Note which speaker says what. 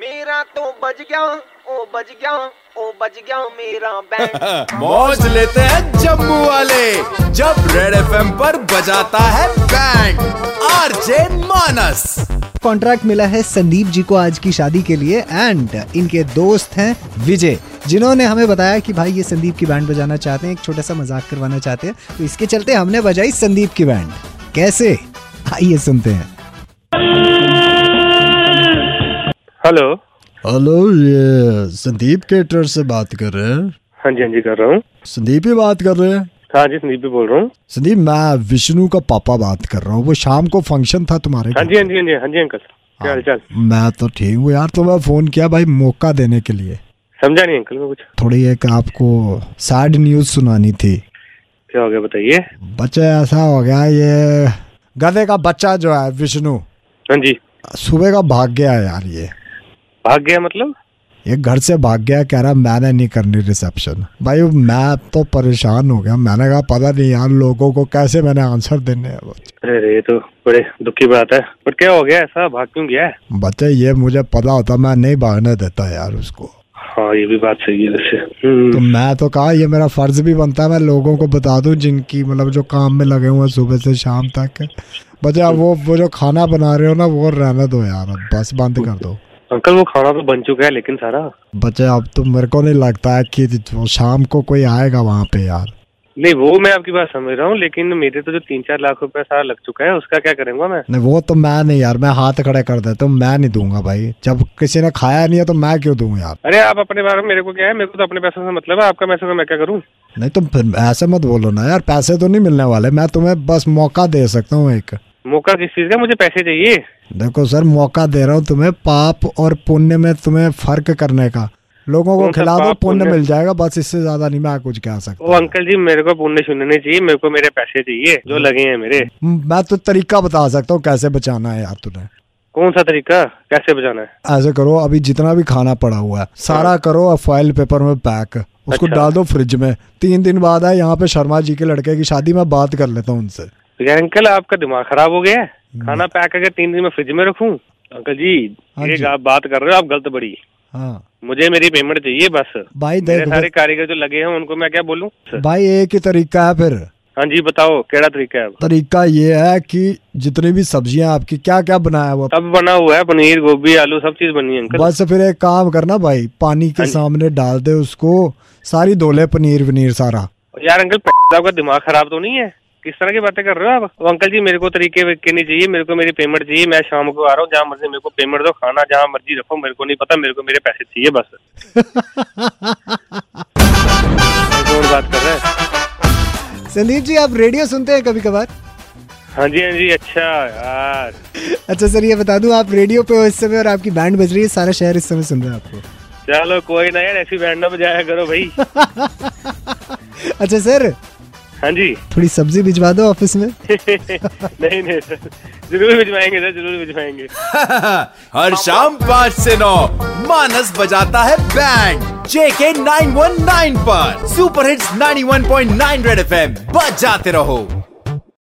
Speaker 1: मेरा तो बज गया ओ बज गया ओ बज गया मेरा बैंड
Speaker 2: मौज लेते हैं जम्मू वाले जब रेड एफ पर बजाता है बैंड आरजे मानस
Speaker 3: कॉन्ट्रैक्ट मिला है संदीप जी को आज की शादी के लिए एंड इनके दोस्त हैं विजय जिन्होंने हमें बताया कि भाई ये संदीप की बैंड बजाना चाहते हैं एक छोटा सा मजाक करवाना चाहते हैं तो इसके चलते हमने बजाई संदीप की बैंड कैसे आइए सुनते हैं
Speaker 4: हेलो
Speaker 5: हेलो ये संदीप केटर से बात कर रहे हैं
Speaker 4: हाँ जी हाँ जी कर रहा हूँ
Speaker 5: संदीप ही बात कर रहे हैं
Speaker 4: हाँ जी संदीप भी बोल रहा हूँ
Speaker 5: संदीप मैं विष्णु का पापा बात कर रहा हूँ वो शाम को फंक्शन था तुम्हारे
Speaker 4: हाँ
Speaker 5: घर।
Speaker 4: जी हाँ जी हाँ जी हाँ जी अंकल क्या हाल चाल
Speaker 5: मैं तो ठीक हूँ यार तुम्हें फोन किया भाई मौका देने के लिए
Speaker 4: समझा नहीं अंकल को कुछ
Speaker 5: थोड़ी एक आपको सैड न्यूज सुनानी थी
Speaker 4: क्या हो गया बताइए
Speaker 5: बच्चा ऐसा हो गया ये गधे का बच्चा जो है विष्णु
Speaker 4: हाँ जी
Speaker 5: सुबह का भाग गया यार ये
Speaker 4: भाग गया मतलब
Speaker 5: ये घर से भाग गया कह रहा मैंने नहीं करनी रिसेप्शन भाई मैं तो परेशान हो गया मैंने कहा पता नहीं यार लोगों को कैसे मैंने आंसर देने हैं बच्चे
Speaker 4: अरे अरे ये तो बड़े दुख की बात है बट क्या हो गया ऐसा भाग क्यों गया है
Speaker 5: बच्चे ये मुझे पता होता मैं नहीं भागने देता यार उसको
Speaker 4: हाँ ये भी बात सही है वैसे हम्म,
Speaker 5: तो मैं तो कहा ये मेरा फर्ज भी बनता है मैं लोगों को बता दूं जिनकी मतलब जो काम में लगे हुए हैं सुबह से शाम तक बच्चा वो वो जो खाना बना रहे हो ना वो रहने दो यार अब बस बंद कर दो
Speaker 4: अंकल वो खाना तो बन चुका है लेकिन सारा
Speaker 5: बच्चे अब तो मेरे को नहीं लगता है कि वो शाम को कोई आएगा वहाँ पे यार
Speaker 4: नहीं वो मैं आपकी बात समझ रहा हूँ लेकिन मेरे तो जो तीन चार लाख रुपया सारा लग चुका है उसका क्या करूंगा मैं
Speaker 5: नहीं वो तो मैं नहीं यार मैं हाथ खड़े कर देता हूँ मैं नहीं दूंगा भाई जब किसी ने खाया नहीं है तो मैं क्यों दूं यार
Speaker 4: अरे आप अपने बारे में मेरे को क्या है मेरे को तो अपने पैसों से मतलब है आपका पैसों का मैं क्या करूँ
Speaker 5: नहीं तुम फिर ऐसे मत बोलो ना यार पैसे तो नहीं मिलने वाले मैं तुम्हें बस मौका दे सकता हूँ एक
Speaker 4: मौका किस चीज का मुझे पैसे चाहिए
Speaker 5: देखो सर मौका दे रहा हूँ तुम्हें पाप और पुण्य में तुम्हें फर्क करने का लोगों को
Speaker 4: कौन सा
Speaker 5: खिला दो
Speaker 4: पाप,
Speaker 5: पुण्य
Speaker 4: पुण्य?
Speaker 5: मिल जाएगा बस इससे ज्यादा नहीं मैं कुछ कह
Speaker 4: ओ
Speaker 5: सकता
Speaker 4: अंकल जी मेरे को पुण्य शून्य नहीं चाहिए मेरे को मेरे पैसे चाहिए जो
Speaker 5: हम्म।
Speaker 4: लगे हैं मेरे
Speaker 5: मैं तो तरीका बता सकता हूँ कैसे बचाना है यार तुम्हें
Speaker 4: कौन सा तरीका कैसे बचाना है
Speaker 5: ऐसे करो अभी जितना भी खाना पड़ा हुआ है सारा करो और फॉइल पेपर में पैक उसको
Speaker 4: हाँ। अच्छा।
Speaker 5: डाल दो फ्रिज में तीन दिन बाद आए यहाँ पे शर्मा जी के लड़के की शादी में बात कर लेता हूँ उनसे
Speaker 4: तो यार अंकल आपका दिमाग खराब हो गया है
Speaker 5: हम्म।
Speaker 4: खाना पैक करके तीन दिन में फ्रिज में रखूं अंकल जी
Speaker 5: हाँ
Speaker 4: ये
Speaker 5: जी।
Speaker 4: आप बात कर रहे हो आप गलत बड़ी
Speaker 5: हाँ
Speaker 4: मुझे मेरी पेमेंट चाहिए बस
Speaker 5: भाई
Speaker 4: मेरे
Speaker 5: देख
Speaker 4: सारे कारीगर जो लगे हैं उनको मैं क्या बोलूं
Speaker 5: भाई एक ही तरीका है फिर
Speaker 4: हाँ जी बताओ केड़ा तरीका है अब?
Speaker 5: तरीका ये है कि जितनी भी सब्जियां आपकी क्या क्या बनाया हुआ
Speaker 4: सब बना हुआ है पनीर गोभी आलू सब चीज बनी है अंकल
Speaker 5: बस फिर एक काम करना भाई पानी
Speaker 4: हाँ
Speaker 5: के सामने डाल दे उसको सारी धोले पनीर वनीर सारा
Speaker 4: यार अंकल प- आपका दिमाग खराब तो नहीं है किस तरह की बातें कर रहे हो आप ओ, अंकल जी मेरे को तरीके के नहीं चाहिए मेरे को मेरी पेमेंट चाहिए मैं शाम को आ रहा हूँ जहाँ मर्जी मेरे को पेमेंट दो खाना जहाँ मर्जी रखो मेरे को नहीं पता मेरे को मेरे पैसे चाहिए बस कौन बात कर रहा है
Speaker 3: संदीप जी आप रेडियो सुनते हैं कभी कभार
Speaker 4: हाँ जी हाँ जी अच्छा यार
Speaker 3: अच्छा सर ये बता दूं आप रेडियो पे हो इस समय और आपकी बैंड बज रही है सारा शहर इस समय सुन रहा है आपको
Speaker 4: चलो कोई ना यार ऐसी बैंड ना बजाया करो भाई
Speaker 3: अच्छा सर
Speaker 4: हाँ जी
Speaker 3: थोड़ी सब्जी भिजवा दो ऑफिस में
Speaker 4: नहीं नहीं सर जरूर भिजवाएंगे सर जरूर भिजवाएंगे
Speaker 2: हर शाम पाँच से नौ मानस बजाता है बैंड जेके 919 पर सुपर हिट्स 91.9 रेड एफएम बजाते रहो